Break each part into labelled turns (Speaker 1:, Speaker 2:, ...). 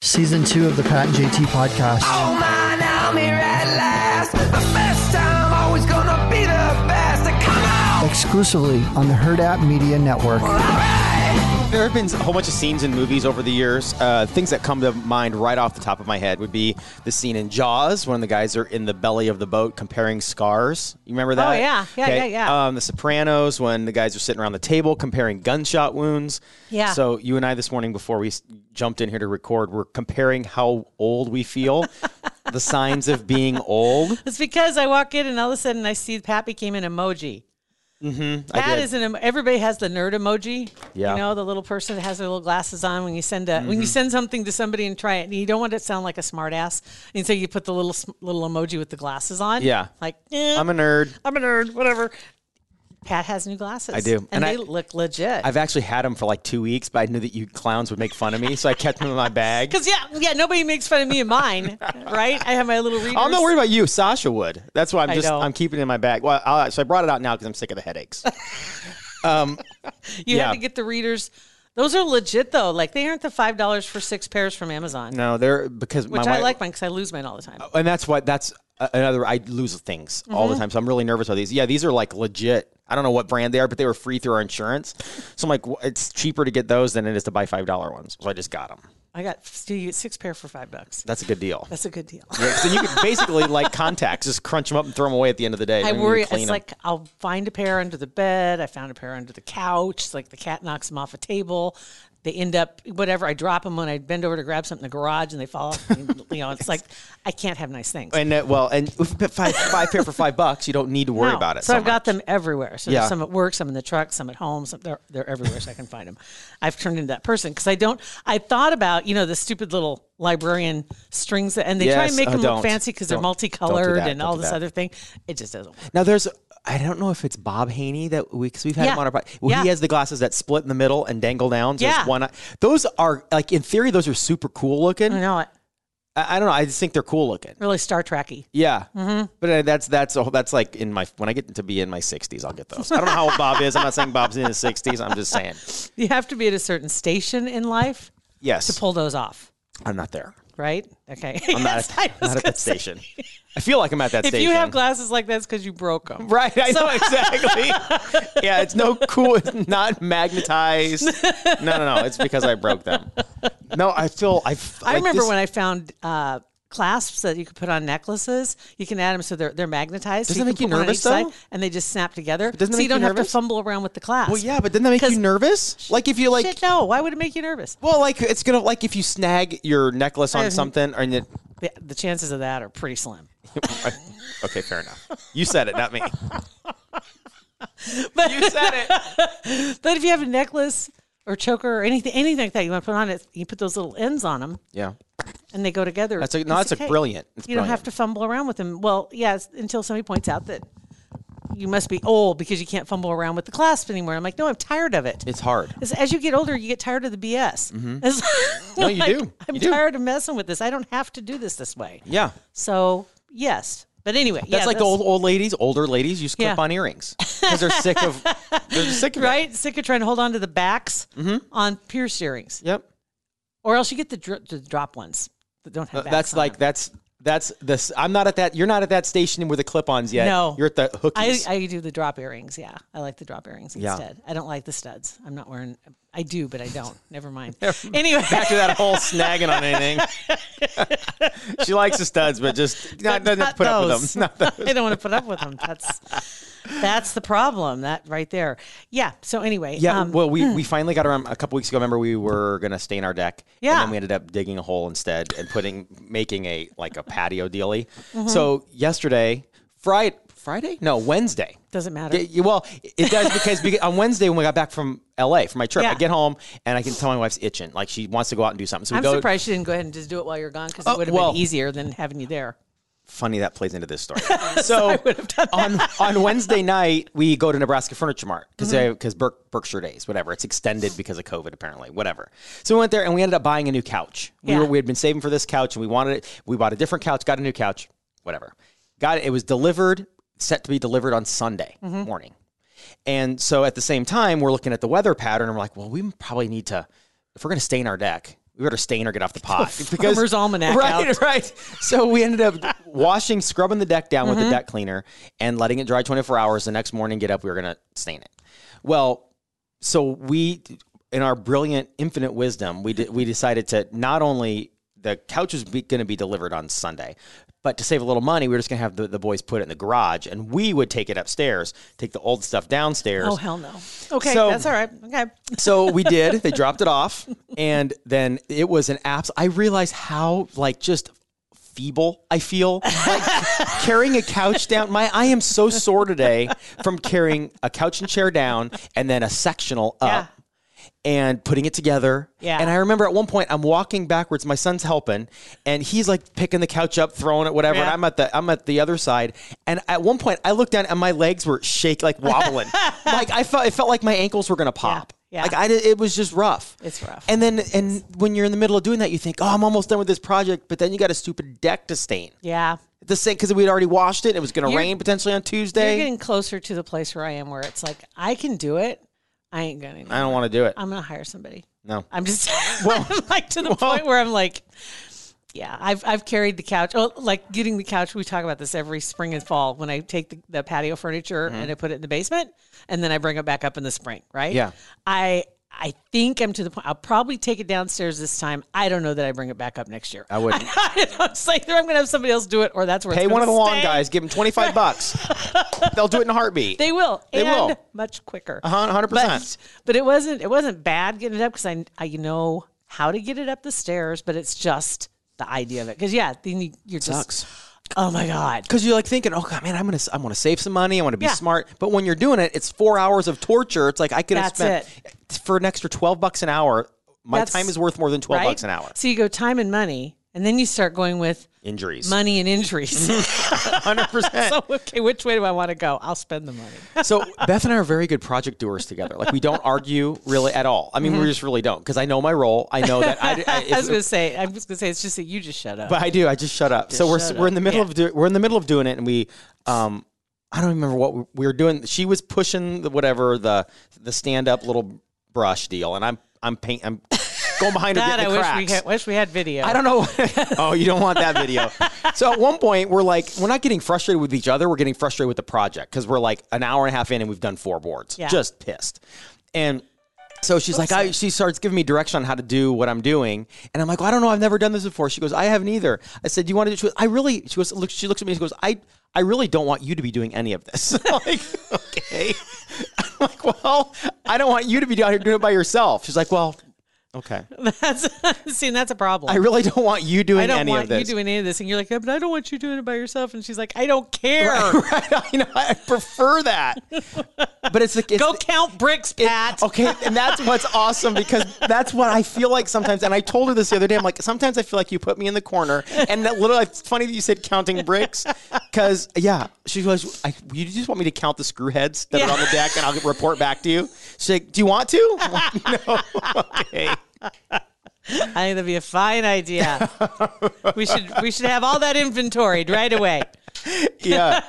Speaker 1: season two of the Pat and JT podcast.
Speaker 2: Oh man, I'm here at last. The best time, always gonna be the best. Come on,
Speaker 1: exclusively on the Herd App Media Network.
Speaker 2: alright.
Speaker 3: There have been a whole bunch of scenes in movies over the years. Uh, things that come to mind right off the top of my head would be the scene in Jaws when the guys are in the belly of the boat comparing scars. You remember that?
Speaker 4: Oh, yeah. Yeah, yeah, yeah.
Speaker 3: Um, the Sopranos when the guys are sitting around the table comparing gunshot wounds.
Speaker 4: Yeah.
Speaker 3: So you and I this morning before we s- jumped in here to record, we're comparing how old we feel, the signs of being old.
Speaker 4: It's because I walk in and all of a sudden I see Pat became an emoji. Mm-hmm, Pat
Speaker 3: did.
Speaker 4: is an em- everybody has the nerd emoji.
Speaker 3: Yeah. Mm-hmm.
Speaker 4: You know, the little person that has their little glasses on when you send a when you send something to somebody and try it and you don't want it to sound like a smartass, And so you put the little sm- little emoji with the glasses on.
Speaker 3: Yeah.
Speaker 4: Like eh,
Speaker 3: I'm a nerd.
Speaker 4: I'm a nerd, whatever. Pat has new glasses.
Speaker 3: I do.
Speaker 4: And,
Speaker 3: And
Speaker 4: they
Speaker 3: I-
Speaker 4: look legit.
Speaker 3: I've actually had them for like two weeks, but I knew that you clowns would make fun of me, so I kept them in my bag.
Speaker 4: Cuz yeah, yeah, nobody makes fun of me and mine, right? I have my little readers.
Speaker 3: Oh, I'm not worried about you. Sasha would. That's why I'm
Speaker 4: I
Speaker 3: just
Speaker 4: know.
Speaker 3: I'm keeping it in my bag. Well, i so I brought it out now because I'm sick of the headaches. Um,
Speaker 4: You
Speaker 3: Yeah.
Speaker 4: have to get the readers. Those are legit though. Like they aren't the five dollars for six pairs from Amazon,
Speaker 3: no, they're because
Speaker 4: which
Speaker 3: my
Speaker 4: I
Speaker 3: wife,
Speaker 4: like mine because I lose mine all the time.
Speaker 3: and that's why that's a- another. I lose things all
Speaker 4: Mm-hmm.
Speaker 3: the time, so I'm really nervous about these. Yeah, these are like legit. I don't know what brand they are, but they were free through our insurance. So I'm like, "Wh- it's cheaper to get those than it is to buy five dollar ones. So I just got them.
Speaker 4: I got so you get six pair for five bucks.
Speaker 3: That's a good deal.
Speaker 4: That's a good deal.
Speaker 3: so you could basically like contacts, just crunch them up and throw them away at the end of the day.
Speaker 4: I
Speaker 3: Don't even
Speaker 4: worry. It's
Speaker 3: clean 'em.
Speaker 4: like I'll find a pair under the bed. I found a pair under the couch. It's like the cat knocks them off a table. They end up whatever. I drop them when I bend over to grab something in the garage, and they fall off. And, you know, it's like I can't have nice things.
Speaker 3: and uh, well, and if you put five five pair for five bucks, you don't need to worry
Speaker 4: No.
Speaker 3: about it.
Speaker 4: So, I've
Speaker 3: much.
Speaker 4: got them everywhere. So
Speaker 3: Yeah.
Speaker 4: there's some at work, some in the truck, some at home. Some, they're, they're everywhere, so I can find them. I've turned into that person because I don't. I thought about you know the stupid little librarian strings that, and they try
Speaker 3: Yes,
Speaker 4: and make
Speaker 3: uh,
Speaker 4: them
Speaker 3: don't.
Speaker 4: look fancy because they're
Speaker 3: Don't- don't do that.
Speaker 4: multicolored and
Speaker 3: Don't
Speaker 4: all
Speaker 3: do
Speaker 4: this
Speaker 3: that.
Speaker 4: other thing. It just doesn't. work.
Speaker 3: Now there's I don't know if it's Bob Haney that we because we've had
Speaker 4: Yeah.
Speaker 3: him on our pod- well, he
Speaker 4: Yeah.
Speaker 3: has the glasses that split in the middle and dangle down. So there's
Speaker 4: Yeah.
Speaker 3: one eye. Those are like in theory those are super cool looking.
Speaker 4: I
Speaker 3: I,
Speaker 4: know it
Speaker 3: I don't know. I just think they're cool looking.
Speaker 4: really Mm-hmm. Star Trekky.
Speaker 3: Yeah, but uh, that's that's a, whole- that's like in my when I get to be in my 60s, I'll get those. I don't know how old Bob is. I'm not saying Bob's in his 60s. I'm just saying
Speaker 4: You have to be at a certain station in life
Speaker 3: yes.
Speaker 4: to pull those off,
Speaker 3: I'm not there.
Speaker 4: right? Okay.
Speaker 3: I'm not,
Speaker 4: Yes, I
Speaker 3: at,
Speaker 4: was
Speaker 3: not at
Speaker 4: gonna
Speaker 3: that
Speaker 4: say.
Speaker 3: station. I feel like I'm at that
Speaker 4: If
Speaker 3: station.
Speaker 4: you have glasses like that's because you broke them.
Speaker 3: Right, I know exactly. yeah, it's no cool. It's not magnetized. No, no, no. It's because I broke them. No, I feel I. f-
Speaker 4: I
Speaker 3: like
Speaker 4: remember
Speaker 3: this-
Speaker 4: when I found uh, clasps that you could put on necklaces. You can add them so they're they're magnetized. so
Speaker 3: Doesn't that make you
Speaker 4: can put one on
Speaker 3: nervous,
Speaker 4: each side,
Speaker 3: though?
Speaker 4: and they just snap together.
Speaker 3: doesn't it
Speaker 4: so
Speaker 3: make
Speaker 4: you
Speaker 3: you
Speaker 4: don't have to
Speaker 3: nervous?
Speaker 4: fumble around with the clasp.
Speaker 3: Well, yeah, but doesn't that make you
Speaker 4: 'Cause-
Speaker 3: nervous? Like if you like.
Speaker 4: Shit, no. Why would it make you nervous?
Speaker 3: Well, like it's gonna like if you snag your necklace on
Speaker 4: have-
Speaker 3: something, or you,
Speaker 4: The, the chances of that are pretty slim.
Speaker 3: okay, fair enough. You said it, not me.
Speaker 4: But
Speaker 3: You said it.
Speaker 4: but if you have a necklace or choker or anything anything like that you want to put on it, you put those little ends on them,
Speaker 3: Yeah,
Speaker 4: and they go together.
Speaker 3: That's a- no,
Speaker 4: Piece
Speaker 3: that's a
Speaker 4: of cake.
Speaker 3: brilliant- it's
Speaker 4: you don't have
Speaker 3: brilliant.
Speaker 4: to fumble around with them. Well, yes, until somebody points out that. You must be old because you can't fumble around with the clasp anymore. I'm like, no, I'm tired of it.
Speaker 3: it's hard.
Speaker 4: As, as you get older, you get tired of the BS. It's
Speaker 3: Mm-hmm. No, you
Speaker 4: like,
Speaker 3: do.
Speaker 4: I'm
Speaker 3: You do.
Speaker 4: tired of messing with this. I don't have to do this this way.
Speaker 3: Yeah,
Speaker 4: So yes, but anyway,
Speaker 3: that's
Speaker 4: yeah,
Speaker 3: like the old old ladies, older ladies use
Speaker 4: Yeah.
Speaker 3: clip on earrings because they're sick of they're just sick of it.
Speaker 4: right. Sick of trying to hold on to the backs
Speaker 3: Mm-hmm.
Speaker 4: on pierced earrings,
Speaker 3: Yep.
Speaker 4: or else you get the, dr- the drop ones that don't have.
Speaker 3: Uh,
Speaker 4: Backs
Speaker 3: that's
Speaker 4: on
Speaker 3: like
Speaker 4: them.
Speaker 3: that's that's this. I'm not at that. You're not at that station with the clip-ons yet.
Speaker 4: No.
Speaker 3: you're at the
Speaker 4: I,
Speaker 3: hookies.
Speaker 4: I do the drop earrings. Yeah, I like the drop earrings
Speaker 3: Yeah.
Speaker 4: instead. I don't like the studs. I'm not wearing. I do, but I don't. Never mind. anyway,
Speaker 3: After that whole snagging on anything, she likes the studs, but just not, doesn't
Speaker 4: Not
Speaker 3: put up with
Speaker 4: those.
Speaker 3: them. Not the-
Speaker 4: I don't want to put up with them. That's that's the problem. That right there. Yeah. So anyway,
Speaker 3: yeah.
Speaker 4: um,
Speaker 3: well, we we finally got around a couple weeks ago. Remember, we were gonna stain our deck.
Speaker 4: Yeah.
Speaker 3: And then we ended up digging a hole instead and putting making a like a patio dealie.
Speaker 4: Mm-hmm.
Speaker 3: So yesterday, Friday, Friday, no Wednesday.
Speaker 4: doesn't matter.
Speaker 3: Yeah, yeah, well, it does because, because on Wednesday when we got back from LA from my trip, I
Speaker 4: Yeah.
Speaker 3: get home and I can tell my wife's itching. Like she wants to go out and do something. So we
Speaker 4: I'm
Speaker 3: go.
Speaker 4: surprised she didn't go ahead and just do it while you're gone because
Speaker 3: Oh,
Speaker 4: it would have
Speaker 3: well.
Speaker 4: been easier than having you there.
Speaker 3: Funny that plays into this story. So on on Wednesday night we go to Nebraska Furniture Mart because because Berkshire Days whatever it's extended because of COVID apparently whatever. So we went there and we ended up buying a new couch. We
Speaker 4: Yeah.
Speaker 3: were we had been saving for this couch and we wanted it. We bought a different couch, got a new couch, whatever. Got it. It was delivered, set to be delivered on Sunday morning. And so at the same time, we're looking at the weather pattern and we're like, well, we probably need to, if we're going to stay in our deck, we we better stain or get off the pot.
Speaker 4: Farmer's Almanac
Speaker 3: Right,
Speaker 4: out.
Speaker 3: right. So we ended up washing, scrubbing the deck down
Speaker 4: Mm-hmm.
Speaker 3: with the deck cleaner and letting it dry 24 hours. The next morning, get up, we were going to stain it. Well, so we, in our brilliant, infinite wisdom, we, de- we decided to not only the couch was going to be delivered on Sunday, but to save a little money, we were just going to have the, the boys put it in the garage and we would take it upstairs, take the old stuff downstairs
Speaker 4: Oh hell no. Okay,
Speaker 3: So-
Speaker 4: that's all right. Okay.
Speaker 3: so we did. They dropped it off, and then it was an abs. I realized how like just feeble I feel like carrying a couch down. My I am so sore today from carrying a couch and chair down, and then a sectional up.
Speaker 4: Yeah.
Speaker 3: And putting it together.
Speaker 4: Yeah.
Speaker 3: And I remember at one point I'm walking backwards. My son's helping, and he's like picking the couch up, throwing it, whatever. And
Speaker 4: Yeah.
Speaker 3: I'm at the I'm at the other side. And at one point I looked down, and my legs were shake, like wobbling. like I felt it felt like my ankles were gonna pop.
Speaker 4: yeah.
Speaker 3: Like I did, it was just rough.
Speaker 4: It's rough.
Speaker 3: And then and when you're in the middle of doing that, you think, oh, I'm almost done with this project, but then you got a stupid deck to stain.
Speaker 4: Yeah.
Speaker 3: The same because we'd already washed it. and It was going to
Speaker 4: You're-
Speaker 3: rain potentially on
Speaker 4: You're
Speaker 3: Tuesday.
Speaker 4: getting closer to the place where I am, where it's like I can do it. I ain't gonna.
Speaker 3: I don't want to do it.
Speaker 4: I'm gonna hire somebody.
Speaker 3: no.
Speaker 4: I'm just I'm like to the point where I'm like, yeah, I've I've carried the couch. Oh, like getting the couch. We talk about this every spring and fall when I take the, the patio furniture
Speaker 3: Mm-hmm.
Speaker 4: and I put it in the basement, and then I bring it back up in the spring. Right?
Speaker 3: Yeah.
Speaker 4: I I think I'm to the point. I'll probably take it downstairs this time. I don't know that I bring it back up next year.
Speaker 3: I wouldn't.
Speaker 4: it's like either I'm gonna have somebody else do it, or that's where
Speaker 3: Pay
Speaker 4: it's
Speaker 3: one of
Speaker 4: gonna
Speaker 3: the lawn
Speaker 4: stay.
Speaker 3: guys. Give them 25 bucks. They'll do it in a heartbeat.
Speaker 4: They will.
Speaker 3: They
Speaker 4: and
Speaker 3: will.
Speaker 4: Much quicker.
Speaker 3: A hun- 100%.
Speaker 4: But, but it wasn't. It wasn't bad getting it up because I, I know how to get it up the stairs. But it's just the idea of it. Because yeah, then you, you're
Speaker 3: Sucks.
Speaker 4: just. Oh my god.
Speaker 3: Because you're like thinking, oh God, man, I'm gonna, I'm gonna save some money. I want to be
Speaker 4: Yeah.
Speaker 3: smart. But when you're doing it, it's four hours of torture. It's like I could have
Speaker 4: That's
Speaker 3: spent for an extra twelve bucks an hour. My
Speaker 4: That's-
Speaker 3: time is worth more than twelve
Speaker 4: Right?
Speaker 3: bucks an hour.
Speaker 4: So you go time and money, and then you start going with
Speaker 3: Injuries,
Speaker 4: money and injuries.
Speaker 3: hundred percent.
Speaker 4: so okay, which way do I want to go? I'll spend the money.
Speaker 3: So Beth and I are very good project doers together. Like we don't argue really at all. I mean, we just really don't because I know my role. I know that I, I,
Speaker 4: Mm-hmm. I was gonna say. I was gonna say. It's just that you just shut up.
Speaker 3: But I do. I just shut up. so we're
Speaker 4: shut
Speaker 3: we're in the
Speaker 4: up.
Speaker 3: middle
Speaker 4: Yeah.
Speaker 3: of do, we're in the middle of doing it, and we um I don't remember what we, we were doing. She was pushing the whatever the the stand up little brush deal, and I'm I'm paint I'm going behind her
Speaker 4: God,
Speaker 3: getting
Speaker 4: I
Speaker 3: the
Speaker 4: wish we
Speaker 3: cracks.
Speaker 4: had, wish we had video.
Speaker 3: I don't know. oh, you don't want that video. So at one point, we're like, we're not getting frustrated with each other. We're getting frustrated with the project because we're like an hour and a half in and we've done four boards.
Speaker 4: Yeah.
Speaker 3: Just pissed. And so she's like, I, she starts giving me direction on how to do what I'm doing. And I'm like, well, I don't know. I've never done this before. She goes, I haven't either. I said, Do you want to do She goes, I really, she goes, look, she looks at me and she goes, I, I really don't want you to be doing any of this. I'm like, okay. I'm like, well, I don't want you to be down here doing it by yourself. She's like, well, okay.
Speaker 4: That's, see, and that's a problem.
Speaker 3: I really don't want you doing
Speaker 4: I don't
Speaker 3: any
Speaker 4: want
Speaker 3: of this.
Speaker 4: you doing any of this. And you're like, "Yeah, but I don't want you doing it by yourself. And she's like, I don't care.
Speaker 3: right? I know. I prefer that. But it's the it's
Speaker 4: Go
Speaker 3: the-
Speaker 4: count bricks,
Speaker 3: it-
Speaker 4: Pat.
Speaker 3: okay, and that's what's awesome because that's what I feel like sometimes. And I told her this the other day. I'm like, sometimes I feel like you put me in the corner. And that little, it's funny that you said counting bricks because yeah, she goes, I, you just want me to count the screw heads that are
Speaker 4: Yeah.
Speaker 3: on the deck, and I'll get- report back to you. She's like, do you want to? I'm like, no. okay.
Speaker 4: I think that'd be a fine idea. we should we should have all that inventoried right away.
Speaker 3: Yeah.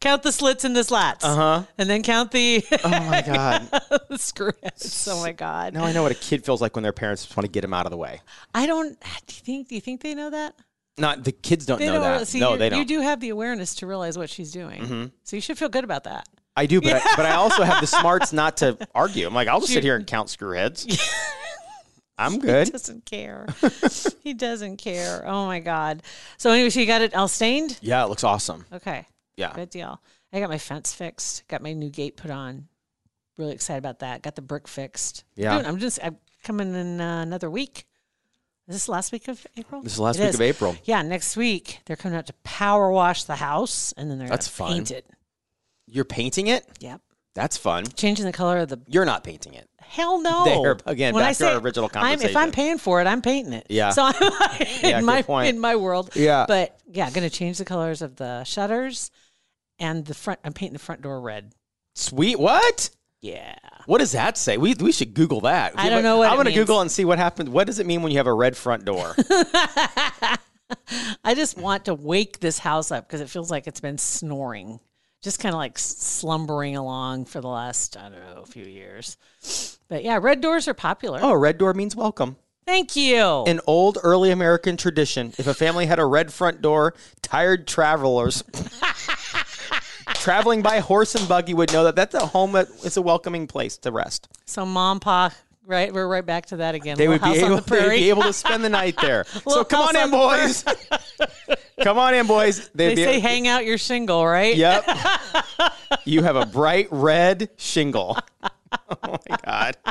Speaker 4: Count the slits and the slats. Uh-huh. And then count the
Speaker 3: Oh my god.
Speaker 4: screw heads. Oh my god.
Speaker 3: Now I know what a kid feels like when their parents just want to get him out of the way.
Speaker 4: I don't do you think do you think they know that?
Speaker 3: Not the kids don't
Speaker 4: They
Speaker 3: know that.
Speaker 4: see,
Speaker 3: no,
Speaker 4: you're-
Speaker 3: they don't. Mm-hmm.
Speaker 4: You do have the awareness to realize what she's doing. So you should feel good about that.
Speaker 3: I do, but I, but I also have the smarts not to argue. I'm like, I'll just sit here and count screwheads. I'm good.
Speaker 4: doesn't care. he doesn't care. Oh my god. So anyway, she got it all stained?
Speaker 3: Yeah, it looks awesome.
Speaker 4: Okay.
Speaker 3: Yeah.
Speaker 4: Good deal. I got my fence fixed. Got my new gate put on. Really excited about that. Got the brick fixed.
Speaker 3: Yeah.
Speaker 4: Dude, I'm just I'm coming in uh, another week. Is this last week of April?
Speaker 3: This is the last
Speaker 4: It
Speaker 3: week of April.
Speaker 4: Yeah, next week they're coming out to power wash the house, and then they're
Speaker 3: That's
Speaker 4: gonna paint
Speaker 3: fun.
Speaker 4: it.
Speaker 3: You're painting it?
Speaker 4: Yep.
Speaker 3: That's fun.
Speaker 4: Changing the color of the
Speaker 3: You're not painting it.
Speaker 4: hell no.
Speaker 3: There, again, back to our original
Speaker 4: I'm- if
Speaker 3: conversation.
Speaker 4: I'm paying for it, I'm painting it.
Speaker 3: Yeah.
Speaker 4: So I'm in
Speaker 3: Yeah, good
Speaker 4: my
Speaker 3: point.
Speaker 4: in my world.
Speaker 3: Yeah.
Speaker 4: But yeah, going to change the colors of the shutters and the front. I'm painting the front door red.
Speaker 3: Sweet. What?
Speaker 4: Yeah.
Speaker 3: What does that say? We, we should Google that.
Speaker 4: I don't know what
Speaker 3: I'm
Speaker 4: it
Speaker 3: gonna
Speaker 4: means.
Speaker 3: Google and see what happens. What does it mean when you have a red front door?
Speaker 4: I just want to wake this house up because it feels like it's been snoring, just kind of like s- slumbering along for the last I don't know a few years. But yeah, red doors are popular.
Speaker 3: oh, a red door means welcome.
Speaker 4: Thank you.
Speaker 3: An old early American tradition. If a family had a red front door, tired travelers traveling by horse and buggy would know that that's a home. that- It's a welcoming place to rest.
Speaker 4: so mom, pa, right? We're right back to that again.
Speaker 3: They would
Speaker 4: Little
Speaker 3: be
Speaker 4: House on
Speaker 3: able.
Speaker 4: the
Speaker 3: They would
Speaker 4: prairie.
Speaker 3: be able to spend the night there. so
Speaker 4: Little
Speaker 3: come on
Speaker 4: House
Speaker 3: in, boys. come on in, boys.
Speaker 4: They
Speaker 3: They'd be-
Speaker 4: say, hang out your shingle, right?
Speaker 3: Yep. you have a bright red shingle. Oh my god.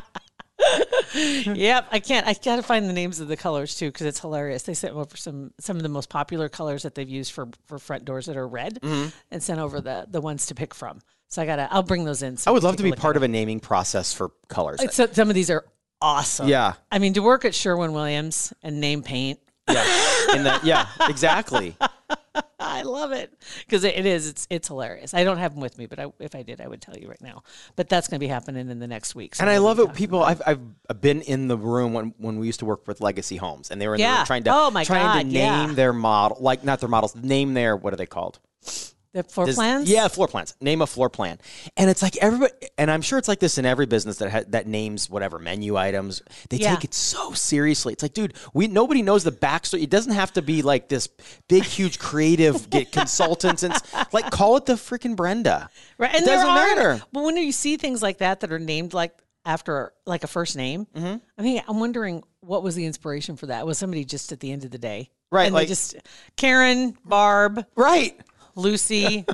Speaker 4: Yep, I can't. I gotta find the names of the colors too because it's hilarious. They sent over some some of the most popular colors that they've used for for front doors that are red,
Speaker 3: Mm-hmm.
Speaker 4: and sent over the the ones to pick from. So I gotta. I'll bring those in.
Speaker 3: I would love to be part of a naming process for colors.
Speaker 4: So some of these are awesome.
Speaker 3: Yeah.
Speaker 4: I mean to work at Sherwin Williams and name paint.
Speaker 3: Yeah. In the, yeah. Exactly.
Speaker 4: I love it because it, it is. It's it's hilarious. I don't have them with me, but I, if I did, I would tell you right now. But that's gonna be happening in the next week. So
Speaker 3: And I
Speaker 4: we'll
Speaker 3: love
Speaker 4: be
Speaker 3: it.
Speaker 4: talking
Speaker 3: People, I've, I've been in the room when, when we used to work with Legacy Homes, and they were in the
Speaker 4: Yeah.
Speaker 3: room trying to
Speaker 4: Oh, my
Speaker 3: trying to
Speaker 4: God, yeah.
Speaker 3: name their model, like not their models, name their what are they called?
Speaker 4: the floor
Speaker 3: Does-
Speaker 4: plans.
Speaker 3: Yeah, floor plans. Name a floor plan, and it's like everybody, and I'm sure it's like this in every business that ha- that names whatever menu items. They
Speaker 4: Yeah.
Speaker 3: take it so seriously. It's like, dude, we nobody knows the backstory. It doesn't have to be like this big, huge creative get consultants. And it's like, call it the freaking Brenda.
Speaker 4: Right. And
Speaker 3: it
Speaker 4: there
Speaker 3: doesn't
Speaker 4: are,
Speaker 3: matter.
Speaker 4: But when you see things like that that are named like after like a first name,
Speaker 3: Mm-hmm.
Speaker 4: I mean, I'm wondering what was the inspiration for that? Was somebody just at the end of the day?
Speaker 3: Right,
Speaker 4: And
Speaker 3: like-
Speaker 4: they just Karen, Barb,
Speaker 3: Right.
Speaker 4: Lucy,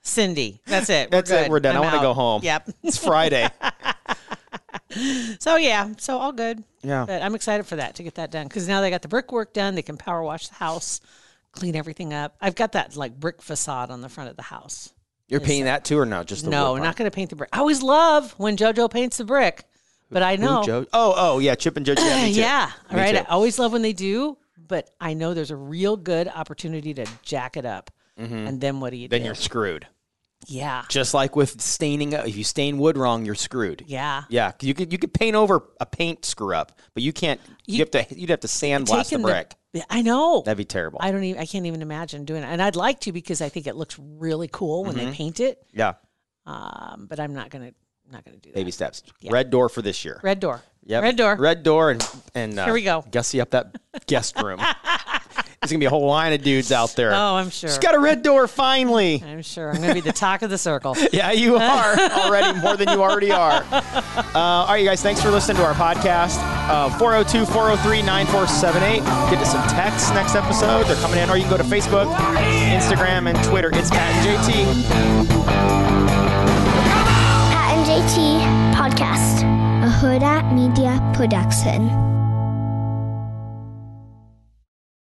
Speaker 4: Cindy. That's it.
Speaker 3: That's
Speaker 4: we're
Speaker 3: it. We're done. I
Speaker 4: I'm
Speaker 3: wanna
Speaker 4: out.
Speaker 3: go home.
Speaker 4: Yep.
Speaker 3: It's Friday.
Speaker 4: So yeah. So all good.
Speaker 3: Yeah.
Speaker 4: But I'm excited for that to get that done because now they got the brickwork done. They can power wash the house, clean everything up. I've got that like brick facade on the front of the house.
Speaker 3: You're painting that too, or no? Just the
Speaker 4: No,
Speaker 3: wood
Speaker 4: not going to paint the brick. I always love when JoJo paints the brick, but I know.
Speaker 3: Ooh, Joe. Oh, oh, yeah, Chip and Joe. Yeah, me too.
Speaker 4: Yeah,
Speaker 3: Me
Speaker 4: right. oh, I
Speaker 3: too.
Speaker 4: always love when they do, but I know there's a real good opportunity to jack it up. And then what do you
Speaker 3: Mm-hmm. Then
Speaker 4: do?
Speaker 3: you're screwed.
Speaker 4: yeah,
Speaker 3: Just like with staining, if you stain wood wrong, you're screwed.
Speaker 4: yeah.
Speaker 3: Yeah, 'cause you could you could paint over a paint screw up, but you can't. You, have to you'd have to sandblast the
Speaker 4: Taking
Speaker 3: brick.
Speaker 4: The, I know.
Speaker 3: That'd be terrible.
Speaker 4: I don't even. I can't even imagine doing it. And I'd like to because I think it looks really cool when
Speaker 3: Mm-hmm.
Speaker 4: they paint it.
Speaker 3: yeah,
Speaker 4: Um, but I'm not gonna not gonna do that.
Speaker 3: baby steps. Red door for this year.
Speaker 4: Red door.
Speaker 3: Yep.
Speaker 4: Red door.
Speaker 3: Red door, and and uh,
Speaker 4: Here we go.
Speaker 3: Gussy up that guest room. There's gonna be a whole line of dudes out there.
Speaker 4: Oh, I'm sure.
Speaker 3: She's got a red door finally.
Speaker 4: I'm sure. I'm gonna be the talk of the circle.
Speaker 3: Yeah, you are already more than you already are. Uh, all right, you guys, thanks for listening to our podcast. Uh, 402 403 9478. Get to some texts next episode. They're coming in, or you can go to Facebook, Instagram, and Twitter. It's Pat and JT.
Speaker 5: Pat and JT Podcast, a Huda Media Production.